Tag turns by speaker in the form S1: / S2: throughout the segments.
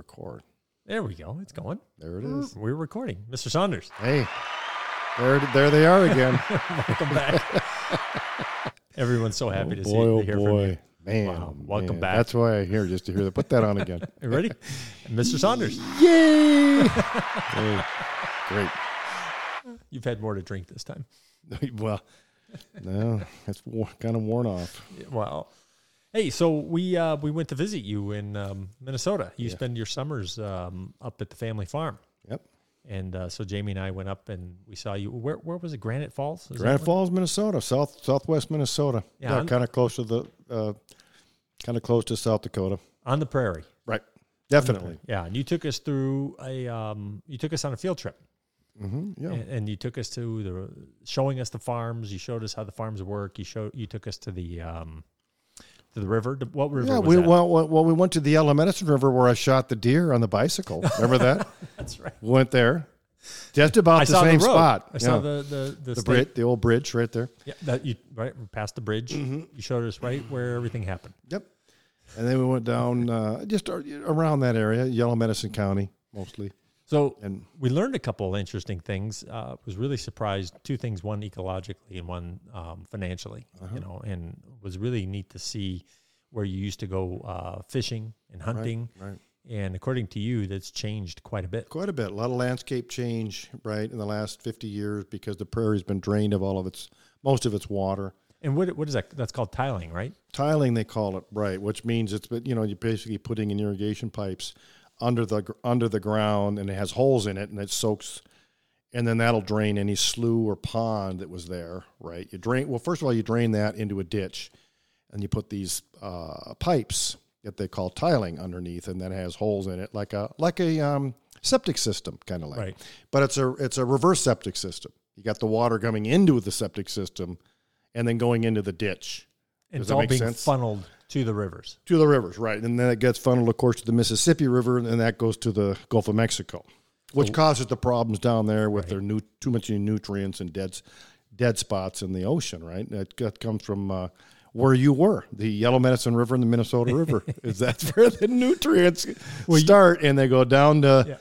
S1: record.
S2: There we go. It's going.
S1: There it is.
S2: We're recording. Mr. Saunders,
S1: Hey, there, there they are again.
S2: welcome back. Everyone's so happy to see
S1: boy,
S2: to hear
S1: oh
S2: from you.
S1: boy, man!
S2: Wow.
S1: oh,
S2: Welcome
S1: man.
S2: back.
S1: That's why I here just to hear that. Put that on again.
S2: You ready? Mr. Saunders,
S1: Yay! Hey, great.
S2: you've had more to drink this time.
S1: Well, no, it's war- kind of worn off.
S2: Yeah, Wow. Hey, so we uh, we went to visit you in um, Minnesota. You spend your summers um, up at the family farm.
S1: Yep.
S2: And uh, so Jamie and I went up and we saw you. Where where was it? Granite Falls? Is that
S1: Grand
S2: where-
S1: Falls, Minnesota, south southwest Minnesota.
S2: Yeah,
S1: Yeah,
S2: I'm-
S1: kind of close to the, uh, kind of close to South Dakota.
S2: On the prairie.
S1: Right. Definitely.
S2: Yeah. And you took us through a um, you took us on a field trip.
S1: hmm Yeah.
S2: and, and you took us to the showing us the farms. You showed us how the farms work. You showed you took us to the um, to the river. To- What river?
S1: Yeah,
S2: was
S1: we
S2: that?
S1: well, well, well, we went to the Yellow Medicine River where I shot the deer on the bicycle. Remember that?
S2: That's right.
S1: went there, just about
S2: I
S1: the
S2: saw
S1: same
S2: the road.
S1: spot.
S2: I saw
S1: Yeah.
S2: the the the,
S1: the
S2: state-
S1: bridge, the old bridge right there.
S2: Yeah, that you right past the bridge.
S1: Mm-hmm.
S2: You showed us right where everything happened.
S1: Yep. And then we went down uh, just ar- around that area, Yellow Medicine County mostly.
S2: So
S1: And
S2: we learned a couple of interesting things. Uh, was really surprised. Two things: one ecologically, and one um, financially.
S1: Uh-huh.
S2: You know, and was really neat to see where you used to go uh, fishing and hunting.
S1: right.
S2: And according to you, that's changed quite a bit.
S1: quite a bit, a lot of landscape change right in the last fifty years because the prairie's been drained of all of its most of its water.
S2: And what what is that? That's called tiling, right?
S1: tiling they call it right which means it's but you know you're basically putting in irrigation pipes under the gr- under the ground and it has holes in it and it soaks and then that'll drain any slough or pond that was there right you drain well first of all you drain that into a ditch and you put these uh, pipes that they call tiling underneath and that has holes in it like a like a um, septic system kind of like
S2: Right.
S1: but it's a it's a reverse septic system you got the water coming into the septic system and then going into the ditch
S2: And
S1: Does
S2: it's
S1: that
S2: all
S1: make
S2: being
S1: sense?
S2: funneled to the rivers.
S1: to the rivers, right? And then it gets funneled, of course, to the Mississippi River, and then that goes to the Gulf of Mexico, which causes the problems down there with their new too much nutrients and dead s- dead spots in the ocean, right? That, that comes from uh, where you were, the Yellow Medicine River and the Minnesota River. Is that's where the nutrients start, and they go down to
S2: Yeah.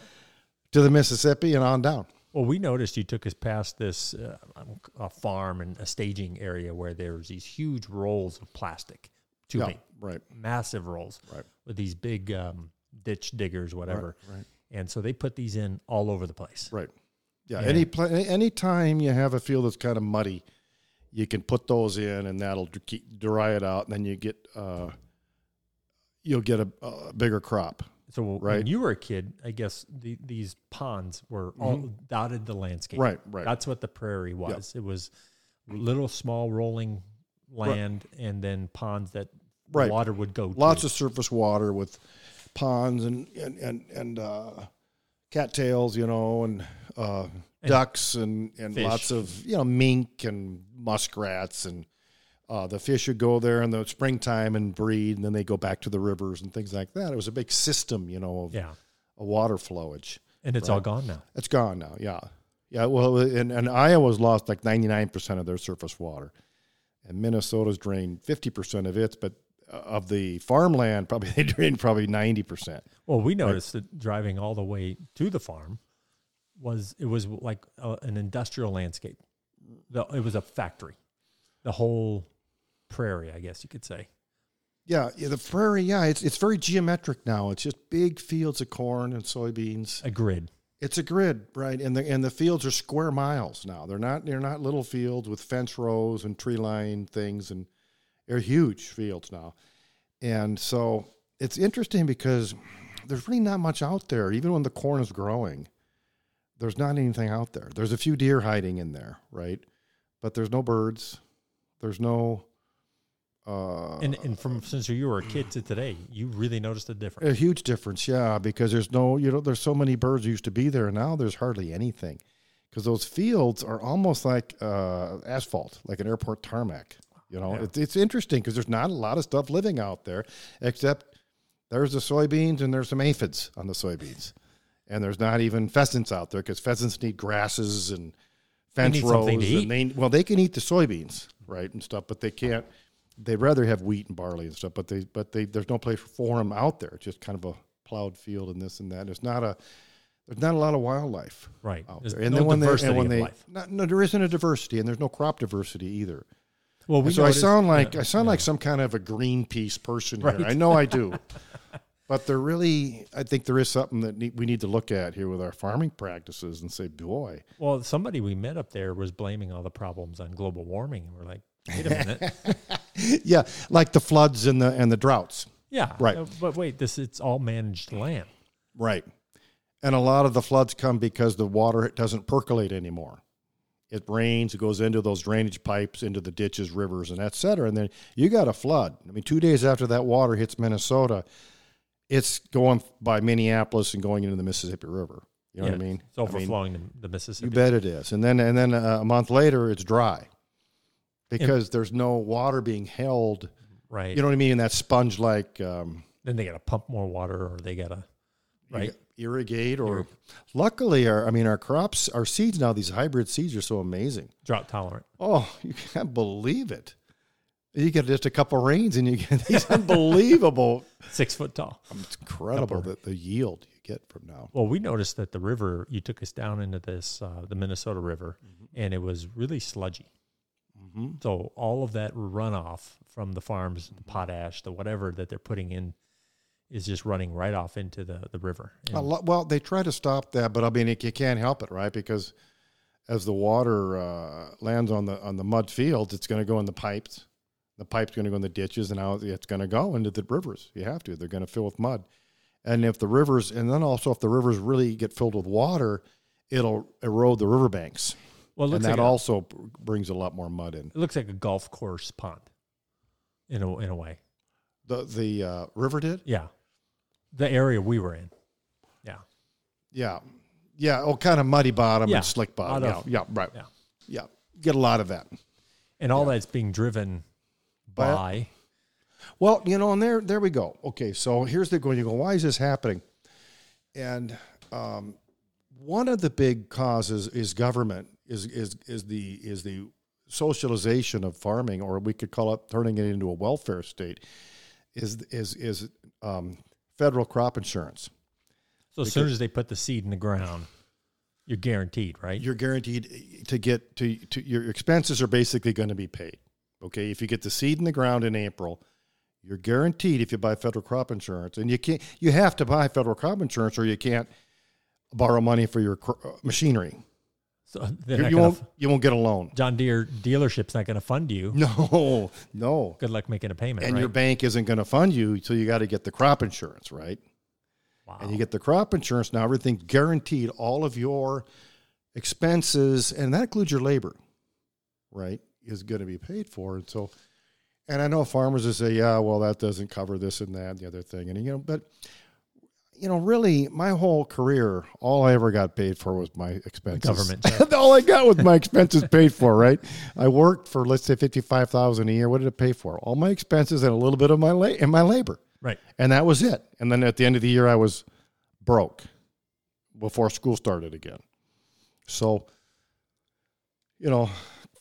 S1: to the Mississippi and on down.
S2: Well, we noticed you took us past this uh, um, a farm and a staging area where there's these huge rolls of plastic
S1: Yeah,
S2: tubing,
S1: right.
S2: massive rolls,
S1: Right.
S2: with these big um, ditch diggers, whatever. And so they put these in all over the place.
S1: Right. Yeah. Any pla- any time you have a field that's kind of muddy, you can put those in, and that'll d- keep, dry it out, and then you get uh, you'll get a, a bigger crop.
S2: So when
S1: Right.
S2: you were a kid, I guess the, these ponds were all dotted the landscape.
S1: Mm-hmm. Right. Right.
S2: That's what the prairie was. It was little small rolling land and then ponds that
S1: Right.
S2: water would go
S1: Lots
S2: to.
S1: of surface water with ponds and and and, and uh, cattails, you know, and, uh, ducks and and
S2: Fish.
S1: lots of you know mink and muskrats and. Uh, the fish would go there in the springtime and breed, and then they go back to the rivers and things like that. It was a big system, you know, of,
S2: Yeah.
S1: a water flowage.
S2: And it's all gone now.
S1: It's gone now. Yeah, yeah. Well, and, and Iowa's lost like ninety nine percent of their surface water, and Minnesota's drained fifty percent of its. But uh, of the farmland, probably they drained probably ninety percent.
S2: Well, we noticed that driving all the way to the farm was it was like a, an industrial landscape. The, it was a factory. The whole prairie, I guess you could say.
S1: Yeah, yeah, the prairie. Yeah, it's it's very geometric now. It's just big fields of corn and soybeans.
S2: A grid.
S1: It's a grid, right? And the and the fields are square miles now. They're not they're not little fields with fence rows and tree line things, and they're huge fields now. And so it's interesting because there's really not much out there. Even when the corn is growing, there's not anything out there. There's a few deer hiding in there, right? But there's no birds. There's no uh,
S2: And and from since you were a kid to today, you really noticed a difference.
S1: a huge difference, yeah, because there's no, you know, there's so many birds used to be there, and now there's hardly anything, because those fields are almost like uh, asphalt, like an airport tarmac. You know, it's it's interesting because there's not a lot of stuff living out there, except there's the soybeans and there's some aphids on the soybeans, and there's not even pheasants out there because pheasants need grasses and fence
S2: need
S1: rows.
S2: something to
S1: and they, well, they can eat the soybeans, right, and stuff, but they can't. They'd rather have wheat and barley and stuff, but they but they there's no place for them out there. It's just kind of a plowed field and this and that. There's not a there's not a lot of wildlife
S2: right.
S1: out
S2: There's
S1: there. And
S2: no
S1: then when they
S2: diversity
S1: and when
S2: of
S1: they
S2: life.
S1: not, no, there isn't a diversity, and there's no crop diversity either.
S2: well,
S1: so I
S2: noticed-
S1: sound like
S2: yeah,
S1: I sound
S2: yeah.
S1: like some kind of a Greenpeace person
S2: Right.
S1: here. I know I do, but there really, I think there is something that need, we need to look at here with our farming practices and say, boy,
S2: Well, somebody we met up there was blaming all the problems on global warming, and we're like, wait a minute,
S1: yeah, like the floods and the and the droughts,
S2: yeah,
S1: Right.
S2: uh, But wait, this it's all managed land.
S1: right? And a lot of the floods come because the water doesn't percolate anymore. It rains, it goes into those drainage pipes, into the ditches, rivers, and et cetera. And then you got a flood. I mean, two days after that water hits Minnesota, it's going by Minneapolis and going into the Mississippi River. You know what I
S2: Yeah,
S1: mean?
S2: It's
S1: I mean,
S2: overflowing the, the
S1: You
S2: Mississippi.
S1: bet it is. And then and then uh, a month later, it's dry because there's no water being held.
S2: right.
S1: You know what I mean? That sponge like um,
S2: then they got to pump more water, or they got to right.
S1: irrigate or. Luckily, our I mean our crops, our seeds now. These hybrid seeds are so amazing.
S2: drought tolerant.
S1: Oh, you can't believe it. You get just a couple rains and you get these unbelievable.
S2: six foot tall.
S1: It's incredible that the yield you get from now.
S2: Well, we noticed that the river you took us down into this uh, the Minnesota River, and it was really sludgy.
S1: Mm-hmm.
S2: So all of that runoff from the farms, the potash, the whatever that they're putting in, is just running right off into the the river. And
S1: A lot, well, they try to stop that, but I mean, it, you can't help it, right? Because as the water uh, lands on the on the mud fields, it's going to go in the pipes. The pipe's going to go in the ditches, and now it's going to go into the rivers. You have to; they're going to fill with mud. And if the rivers, and then also if the rivers really get filled with water, it'll erode the riverbanks,
S2: well, it
S1: and
S2: looks
S1: that
S2: like a,
S1: also b- brings a lot more mud in.
S2: it looks like a golf course pond, in a in a way.
S1: The the uh, river did,
S2: Yeah, the area we were in. Yeah,
S1: yeah, yeah. Oh, kind of muddy bottom
S2: Yeah,
S1: and slick
S2: lot
S1: bottom.
S2: of-
S1: yeah, yeah, right.
S2: yeah.
S1: yeah, get a lot of that.
S2: and all that's being driven
S1: By-
S2: by
S1: Well, you know, and there there we go. Okay, so here's the going. You go, why is this happening? And um, one of the big causes is government is is is the is the socialization of farming, or we could call it turning it into a welfare state. Is is is um, federal crop insurance?
S2: so as soon as they put the seed in the ground, you're guaranteed, right?
S1: You're guaranteed to get to, to your expenses are basically going to be paid. Okay, if you get the seed in the ground in April, you're guaranteed if you buy federal crop insurance, and you can't you have to buy federal crop insurance or you can't borrow money for your cr- uh, machinery.
S2: So they're
S1: uh, You, you
S2: not gonna-
S1: won't you won't get a loan.
S2: John Deere dealership's not going to fund you.
S1: No, no,
S2: Good luck making a payment,
S1: and
S2: right?
S1: your bank isn't going to fund you, so you got to get the crop insurance, right?
S2: wow.
S1: and you get the crop insurance now everything's guaranteed all of your expenses and that includes your labor right is going to be paid for and so and i know farmers will say yeah well that doesn't cover this and that and the other thing and you know but you know really my whole career all i ever got paid for was my expenses
S2: government
S1: all i got was my expenses paid for right i worked for let's say 55000 a year what did it pay for all my expenses and a little bit of my la- and my labor
S2: right.
S1: and that was it. And then at the end of the year, I was broke before school started again. So, you know,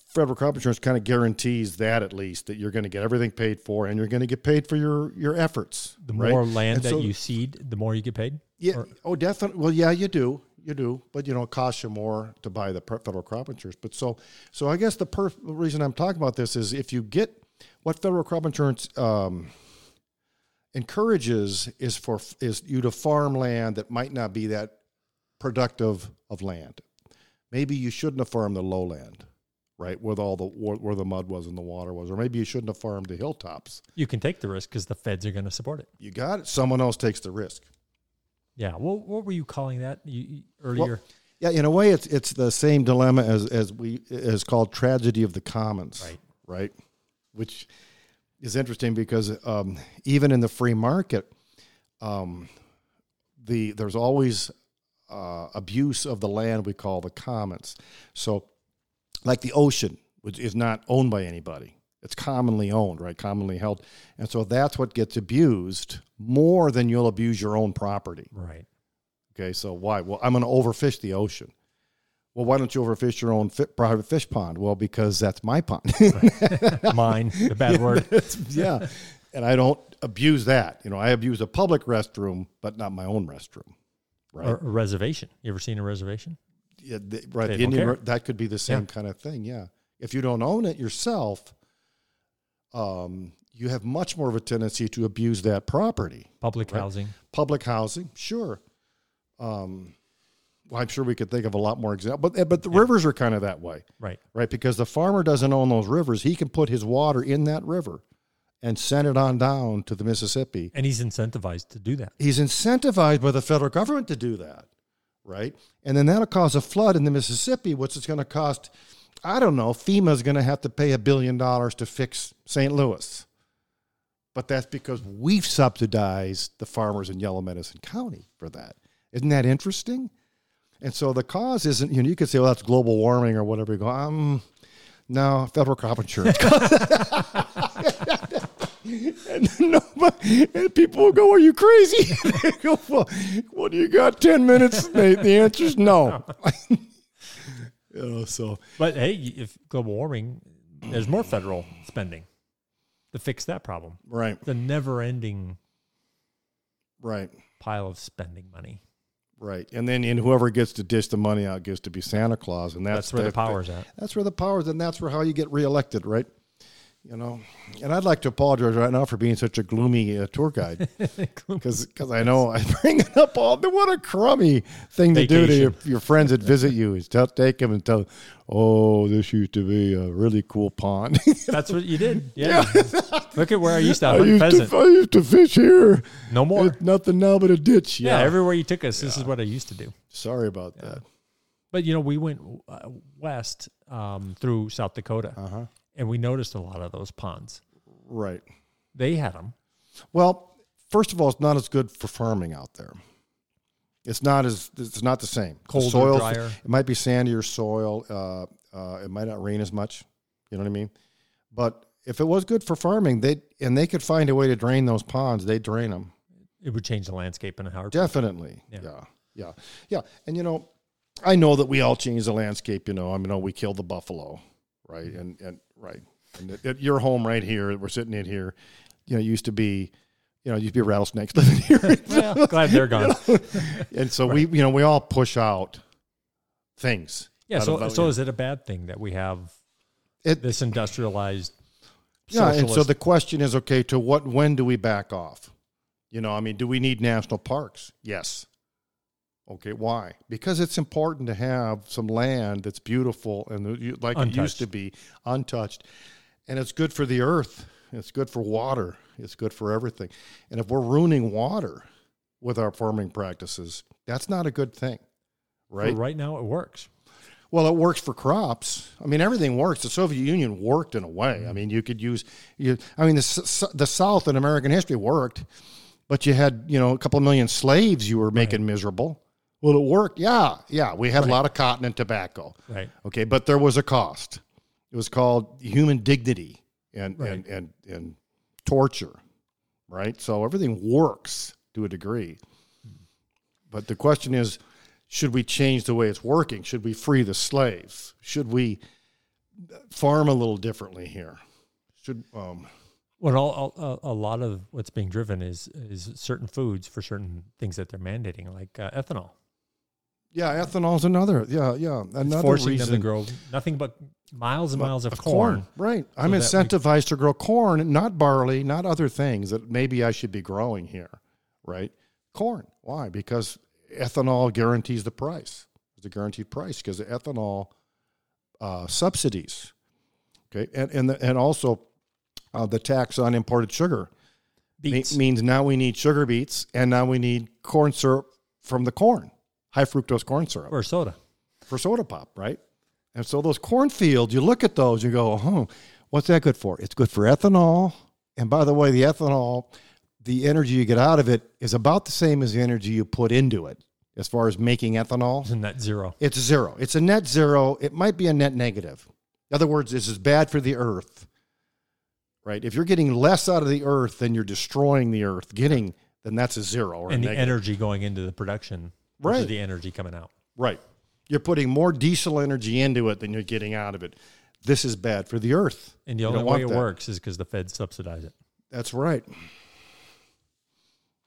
S1: federal crop insurance kind of guarantees that at least that you're going to get everything paid for and you're going to get paid for your your efforts.
S2: The
S1: right?
S2: more land
S1: And
S2: that
S1: so-
S2: you seed, the more you get paid.
S1: yeah,
S2: or-
S1: oh, definitely. Well, yeah, you do, you do, but you know, it costs you more to buy the per- federal crop insurance. But so, so I guess the per- reason I'm talking about this is if you get what federal crop insurance um, encourages is for is you to farm land that might not be that productive of land. Maybe you shouldn't have farmed the lowland, right, where the- all the where, where the mud was and the water was, or maybe you shouldn't have farmed the hilltops.
S2: You can take the risk because the feds are going to support it.
S1: You got it. Someone else takes the risk.
S2: Yeah. Well, what were you calling that you, you- earlier?
S1: Yeah, in a way, it's it's the same dilemma as as we as called tragedy of the commons,
S2: Right.
S1: Right, which is interesting because um, even in the free market, um, the there's always uh, abuse of the land we call the commons. So, like the ocean, which is not owned by anybody, it's commonly owned, right? Commonly held, and so that's what gets abused more than you'll abuse your own property.
S2: right.
S1: Okay, so why? Well, I'm going to overfish the ocean. Well, why don't you overfish your own fi- private fish pond? Well, because that's my pond.
S2: Mine, the bad word.
S1: yeah, and I don't abuse that. You know, I abuse a public restroom, but not my own restroom. Right.
S2: Or a reservation. You ever seen a reservation?
S1: Yeah, th- right.
S2: They
S1: the
S2: don't
S1: Indian
S2: care.
S1: re- that could be the same
S2: Yeah.
S1: kind of thing. Yeah. If you don't own it yourself, um, you have much more of a tendency to abuse that property.
S2: Public
S1: Right.
S2: housing.
S1: Public housing, sure. Um, well, I'm sure we could think of a lot more examples, but but the rivers are kind of that way,
S2: Right.
S1: right? Because the farmer doesn't own those rivers; he can put his water in that river and send it on down to the Mississippi,
S2: And he's incentivized to do that.
S1: he's incentivized by the federal government to do that, right? And then that'll cause a flood in the Mississippi, which is going to cost, I don't know, FEMA's going to have to pay a billion dollars to fix St. Louis. But that's because we've subsidized the farmers in Yellow Medicine County for that. Isn't that interesting? And so the cause isn't, you know, you could say, well, that's global warming or whatever. You go, um, no, federal crop insurance. and nobody, and people will go, "Are you crazy?" they go, "Well, what do you got? Ten minutes?" And they, the answer is no. you know, so
S2: But hey, y- if global warming, there's more federal spending to fix that problem.
S1: right,
S2: The never ending
S1: right,
S2: pile of spending money.
S1: right, and then and whoever gets to dish the money out gets to be Santa Claus, and that's,
S2: That's, where the
S1: that-
S2: power's at.
S1: That's where the power's, and that's where how you get reelected, right? You know, and I'd like to apologize right now for being such a gloomy uh, tour guide. because I know I bring it up all. What a crummy thing to do to your, your friends that visit you is to take them and tell, oh, this used to be a really cool pond.
S2: That's what you did. Yeah. Look at where I used to
S1: I,
S2: hunt
S1: used
S2: pheasant.
S1: to, I used to fish here.
S2: No more.
S1: It's nothing now but a ditch.
S2: yeah.
S1: Yeah.
S2: Everywhere you took us, this is what I used to do.
S1: Sorry about that.
S2: But you know, we went uh, west um, through South Dakota,
S1: Uh-huh.
S2: and we noticed a lot of those ponds.
S1: Right.
S2: They had them.
S1: Well, first of all, it's not as good for farming out there. It's not as it's not the same. The
S2: Colder,
S1: soil,
S2: drier.
S1: It might be sandier soil. Uh, uh, it might not rain as much. You know what I mean? But if it was good for farming, they and they could find a way to drain those ponds. They drain them
S2: It would change the landscape in a hard.
S1: definitely.
S2: Yeah.
S1: Yeah. yeah, yeah, And you know, I know that we all change the landscape. You know, I mean, oh, we killed the buffalo, right?
S2: Mm-hmm.
S1: And and right. And at, at your home right here, we're sitting in here. You know, it used to be, you know, it used to be rattlesnakes living here.
S2: Well, glad they're gone.
S1: and so we you know we all push out things
S2: Yeah.
S1: out
S2: So,
S1: of-
S2: so is it a bad thing that we have
S1: It-
S2: this industrialized?
S1: yeah and so
S2: socialist-
S1: the question is okay to what when do we back off you know i mean do we need national parks yes okay why because it's important to have some land that's beautiful and that you- like it used
S2: Untouched.
S1: to be untouched and it's good for the earth it's good for water it's good for everything and if we're ruining water with our farming practices that's not a good thing
S2: But
S1: right
S2: right now, it works.
S1: Well, it works for crops. I mean, everything works. The Soviet Union worked in a way. I mean, you could use. You, I mean, the S- S- the South in American history worked, but you had you know a couple million slaves you were making miserable. Well, it worked. Yeah, yeah. We had a lot of cotton and tobacco.
S2: Right.
S1: Okay, but there was a cost. It was called human dignity and and, and and torture, right? So everything works to a degree. But the question is, should we change the way it's working? Should we free the slaves? Should we farm a little differently here? Should um,
S2: Well, all, all, a a lot of what's being driven is is certain foods for certain things that they're mandating, like uh, ethanol.
S1: yeah, ethanol's another yeah yeah another
S2: forcing
S1: reason
S2: them to grow nothing but miles and miles of,
S1: of
S2: corn.
S1: Right. I'm
S2: that we-
S1: incentivized to grow corn, not barley, not other things that maybe I should be growing here, right? Corn. Why? Because ethanol guarantees the price. It's a guaranteed price because the ethanol uh, subsidies. Okay. And, and, the, and also uh, the tax on imported sugar me-
S2: Beets.
S1: means now we need sugar beets and now we need corn syrup from the corn, high fructose corn syrup
S2: or soda.
S1: for soda pop, right? And so those cornfields, you look at those, you go, oh, what's that good for? It's good for ethanol. And by the way, the ethanol, the energy you get out of it is about the same as the energy you put into it as far as making ethanol.
S2: Isn't that zero?
S1: It's zero. It's a net zero. It might be a net negative. In other words, this is bad for the earth, right? If you're getting less out of the earth than you're destroying the earth getting, then that's a zero or a
S2: and the
S1: negative.
S2: energy going into the production versus
S1: Right.
S2: the energy coming out.
S1: Right. You're putting more diesel energy into it than you're getting out of it. This is bad for the earth.
S2: And the
S1: You
S2: only
S1: don't
S2: way
S1: want
S2: it
S1: that.
S2: works is because the Fed subsidize it.
S1: That's right.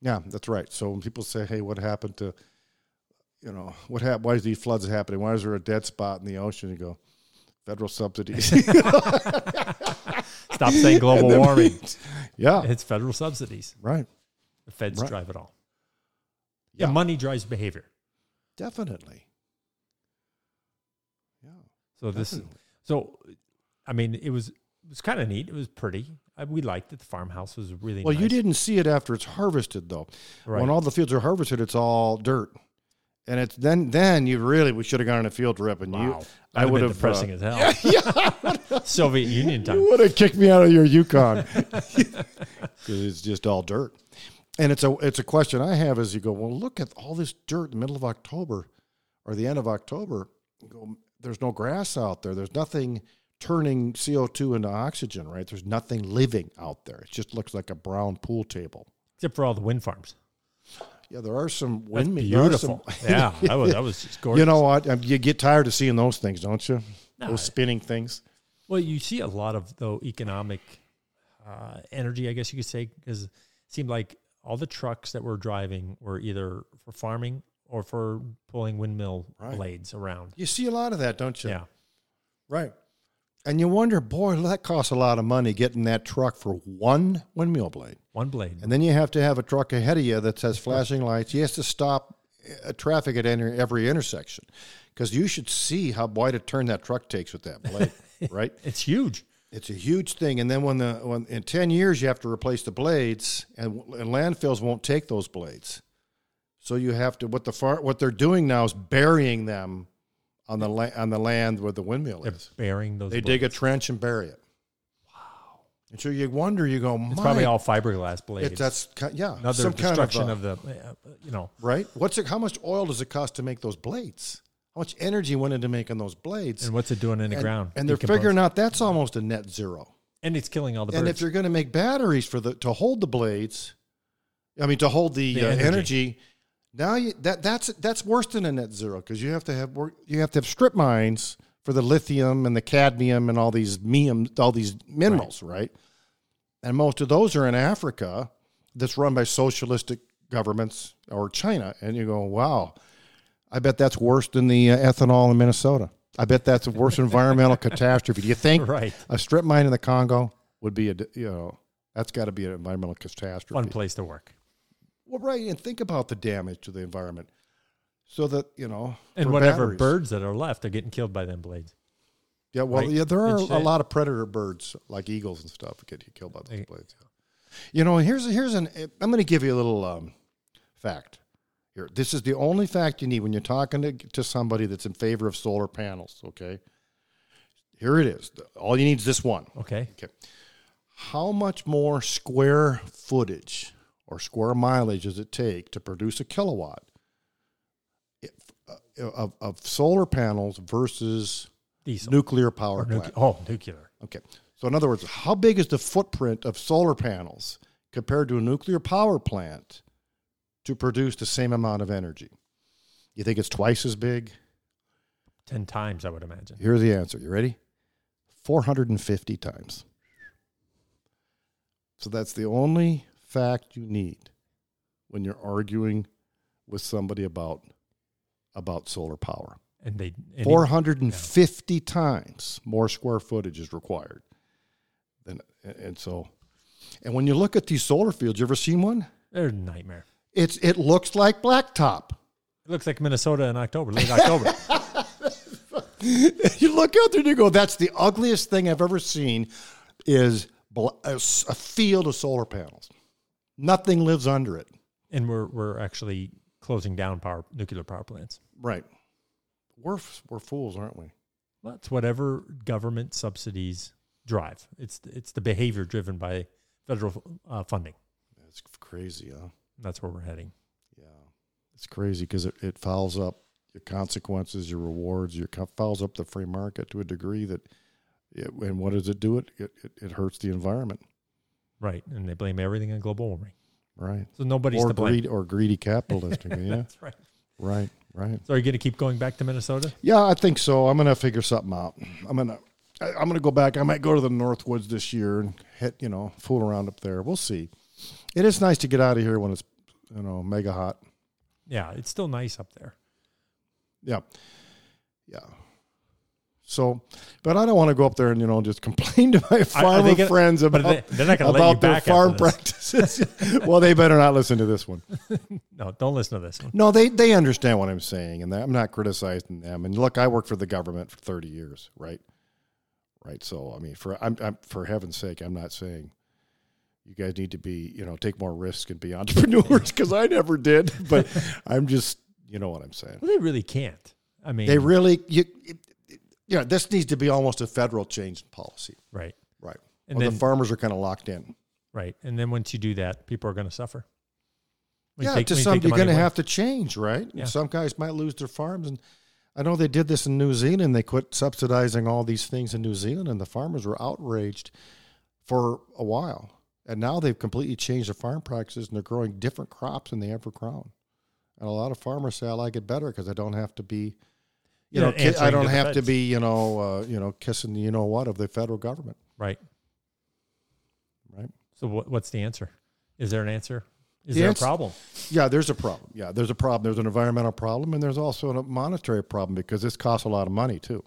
S1: Yeah, that's right. So when people say, "Hey, what happened to, you know, what happened? Why is these floods happening? Why is there a dead spot in the ocean?" You go, "Federal subsidies."
S2: Stop saying global
S1: And then-
S2: warming.
S1: yeah,
S2: It's federal subsidies.
S1: right.
S2: The feds
S1: Right.
S2: drive it all. Yeah,
S1: Yeah.
S2: money drives behavior.
S1: Definitely. Yeah.
S2: So this,
S1: definitely.
S2: so, I mean, it was it was kind of neat. It was pretty. I, we liked it. The farmhouse was really
S1: Well, you
S2: nice.
S1: didn't see it after it's harvested, though.
S2: right?
S1: When all the fields are harvested, it's all dirt, and it's then then you really we should have gone on a field trip, and
S2: wow,
S1: you
S2: That'd
S1: I would
S2: been
S1: have
S2: depressing
S1: uh,
S2: as hell. Soviet Union time.
S1: you would have kicked me out of your Yukon because it's just all dirt. And it's a it's a question I have as you go. Well, look at all this dirt in the middle of October or the end of October. You Go, there's no grass out there. There's nothing turning CO two into oxygen. Right? There's nothing living out there. It just looks like a brown pool table.
S2: except for all the wind farms.
S1: Yeah, there are some
S2: That's
S1: windmills. there are
S2: beautiful.
S1: some-
S2: yeah, that was that was just gorgeous.
S1: You know what? Um, You get tired of seeing those things, don't you?
S2: No,
S1: those spinning things.
S2: well, you see a lot of though economic uh, energy, I guess you could say, because it seemed like all the trucks that were driving were either for farming or for pulling windmill
S1: Right.
S2: blades around.
S1: You see a lot of that, don't you?
S2: Yeah,
S1: Right. And you wonder, boy, that costs a lot of money getting that truck for one windmill blade.
S2: one blade.
S1: And then you have to have a truck ahead of you that has flashing lights. He has to stop uh, traffic at enter- every intersection because you should see how wide a turn that truck takes with that blade, right?
S2: It's huge.
S1: It's a huge thing. And then when the when, in ten years you have to replace the blades, and, and landfills won't take those blades. So you have to what the far, what they're doing now is burying them on the la- on the land where the windmill
S2: They're
S1: is.
S2: burying those.
S1: They
S2: blades.
S1: dig a trench and bury it. Wow. And so you wonder, you go,
S2: It's
S1: my,
S2: probably all fiberglass blades.
S1: it, that's ki- yeah,
S2: another
S1: some kind of,
S2: destruction
S1: uh,
S2: of, the, uh, you know,
S1: right. What's it? How much oil does it cost to make those blades? How much energy went into making those blades?
S2: and what's it doing in the
S1: And-
S2: ground?
S1: and they're
S2: Decompose.
S1: figuring out that's almost a net zero.
S2: and it's killing all the
S1: And
S2: birds.
S1: if you're going to make batteries for the to hold the blades, I mean to hold the,
S2: The
S1: uh,
S2: energy.
S1: energy. now you, that that's that's worse than a net zero because you have to have work, you have to have strip mines for the lithium and the cadmium and all these meum, all these minerals, right. And most of those are in Africa, that's run by socialistic governments or China. And you go, wow, I bet that's worse than the uh, ethanol in Minnesota. I bet that's a worse environmental catastrophe. Do you think?
S2: right,
S1: a strip mine in the Congo would be a d- you know that's got to be an environmental catastrophe.
S2: one place to work.
S1: Well, right, and think about the damage to the environment. So that you know,
S2: And
S1: for
S2: whatever
S1: batteries-
S2: birds that are left are getting killed by them blades.
S1: yeah, well,
S2: right,
S1: yeah, there are
S2: it's
S1: a
S2: a-
S1: lot of predator birds like eagles and stuff that get killed by those
S2: They-
S1: blades. You know, here's here's an eh, I'm going to give you a little um, fact. Here, this is the only fact you need when you're talking to, to somebody that's in favor of solar panels. Okay, here it is. All you need is this one.
S2: Okay.
S1: how much more square footage or square mileage does it take to produce a kilowatt if, uh, of, of solar panels versus
S2: Diesel.
S1: nuclear power
S2: Or
S1: plant?
S2: nucle- oh, nuclear.
S1: Okay. So, in other words, how big is the footprint of solar panels compared to a nuclear power plant to produce the same amount of energy? You think it's twice as big?
S2: 10 times, I would imagine.
S1: Here's the answer. You ready? 450 times. So that's the only fact you need when you're arguing with somebody about about solar power.
S2: And they. And
S1: 450 times more square footage is required. Than, and so and when you look at these solar fields, you ever seen one?
S2: They're a nightmare.
S1: It's it looks like blacktop.
S2: It looks like Minnesota in October, late October.
S1: you look out there and you go, that's the ugliest thing I've ever seen is bl- a, s- a field of solar panels. Nothing lives under it.
S2: and we're, we're actually closing down power nuclear power plants.
S1: Right. We're, f- we're fools, aren't we?
S2: That's whatever government subsidies drive. It's, it's the behavior driven by federal uh, funding.
S1: That's c- crazy, huh?
S2: That's where we're heading.
S1: Yeah. It's crazy because it, it fouls up your consequences, your rewards, your co- fouls up the free market to a degree that, it, and what does it do? It, it, it- it hurts the environment,
S2: Right. And they blame everything on global warming.
S1: right?
S2: So nobody's
S1: Or
S2: to blame.
S1: greed, or greedy capitalist. yeah.
S2: That's right.
S1: Right. Right.
S2: So are you going to keep going back to Minnesota?
S1: Yeah, I think so. I'm gonna figure something out. I'm gonna I, I'm going to go back. I might go to the Northwoods this year and hit, you know, fool around up there. We'll see. It is nice to get out of here when it's, you know, mega hot.
S2: Yeah, it's still nice up there.
S1: Yeah. Yeah. So, but I don't want to go up there and, you know, just complain to my
S2: Are- are
S1: farmer
S2: they gonna-
S1: friends
S2: But
S1: about,
S2: they, they're not going to let you
S1: about their
S2: back
S1: farm
S2: after this.
S1: practices. well, they better not listen to this one.
S2: No, don't listen to this one.
S1: No, they, they understand what I'm saying, and I'm not criticizing them. And look, I worked for the government for 30 years, right? Right. So, I mean, for I'm, I'm for heaven's sake, I'm not saying you guys need to be, you know, take more risks and be entrepreneurs because I never did. But I'm just, you know what I'm saying.
S2: Well, they really can't. I mean,
S1: They really, you, it, it- yeah, this needs to be almost a federal change in policy,
S2: right,
S1: right?
S2: And
S1: Well,
S2: then-
S1: the farmers are kind of locked in.
S2: right. And then once you do that, people are going to suffer. When you
S1: yeah,
S2: take-
S1: to
S2: when you
S1: some
S2: take the
S1: you're going to
S2: money away.
S1: have to change, right? And
S2: Yeah.
S1: Some guys might lose their farms, and I know they did this in New Zealand. They quit subsidizing all these things in New Zealand, and the farmers were outraged for a while. And now they've completely changed their farm practices, and they're growing different crops than they ever grown. And a lot of farmers say, "I like it better because I don't have to be." You
S2: You're
S1: know,
S2: not
S1: ki- I
S2: answering to
S1: don't
S2: the
S1: have to
S2: feds.
S1: be, you know, uh, you know, kissing, the you know what, of the federal government,
S2: Right.
S1: right?
S2: So what, what's the answer? Is there an answer? Is
S1: The
S2: there
S1: ans-
S2: a problem?
S1: Yeah, there's a problem. Yeah, there's a problem. There's an environmental problem, and there's also a monetary problem because this costs a lot of money too.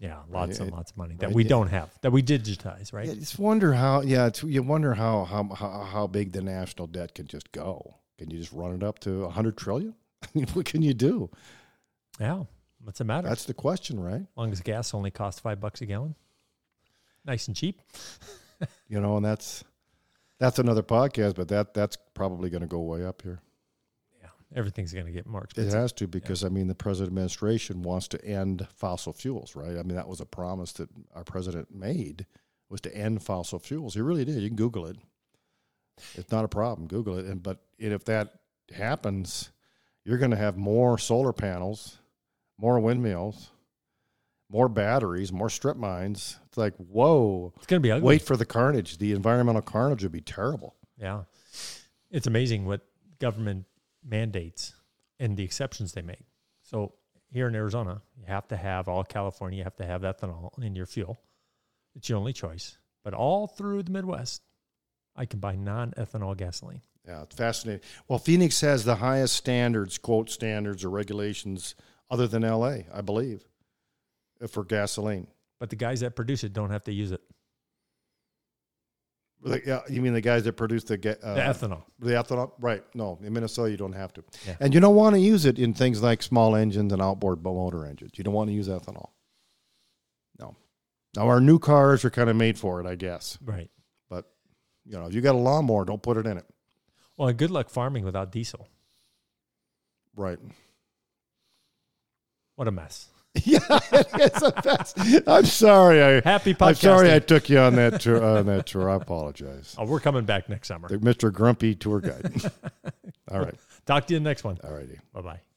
S2: Yeah, lots and
S1: it-
S2: lots of money that
S1: right,
S2: we
S1: yeah.
S2: don't have that we digitize. Right.
S1: Yeah, just wonder how. Yeah, it's, you wonder how, how how how big the national debt can just go. Can you just run it up to hundred trillion? I mean, what can you do?
S2: Yeah. What's the matter?
S1: That's the question, right?
S2: as long as gas only costs five bucks a gallon, nice and cheap.
S1: You know, and that's that's another podcast, but that that's probably going to go way up here.
S2: Yeah, everything's going to get more
S1: It
S2: expensive.
S1: has to because I mean, the president administration wants to end fossil fuels, right? I mean, that was a promise that our president made was to end fossil fuels. He really did. You can Google it. It's not a problem. Google it. And but and if that happens, you're going to have more solar panels, more windmills, more batteries, more strip mines. It's like whoa.
S2: It's going to be ugly.
S1: Wait for the carnage. The environmental carnage would be terrible.
S2: Yeah, it's amazing what government mandates and the exceptions they make. So here in Arizona, you have to have all California. You have to have ethanol in your fuel. It's your only choice. But all through the Midwest, I can buy non-ethanol gasoline.
S1: Yeah, it's fascinating. Well, Phoenix has the highest standards, quote standards or regulations, other than L.A. I believe, uh, for gasoline.
S2: But the guys that produce it don't have to use it.
S1: Like, yeah, you mean the guys that produce the ga- uh,
S2: The ethanol.
S1: The ethanol, right? No, in Minnesota you don't have to,
S2: Yeah.
S1: and you don't want to use it in things like small engines and outboard motor engines. You don't want to use ethanol. No. Now our new cars are kind of made for it, I guess.
S2: Right.
S1: But you know, if you got a lawnmower, don't put it in it.
S2: Well, and good luck farming without diesel.
S1: Right.
S2: What a mess.
S1: yeah, it's a mess. I'm sorry. I
S2: Happy podcasting.
S1: I'm sorry I took you on that tour. On that tour, I apologize.
S2: oh, we're coming back next summer.
S1: The Mr. Grumpy tour guide. all right,
S2: Talk to you next one.
S1: all righty.
S2: Bye bye.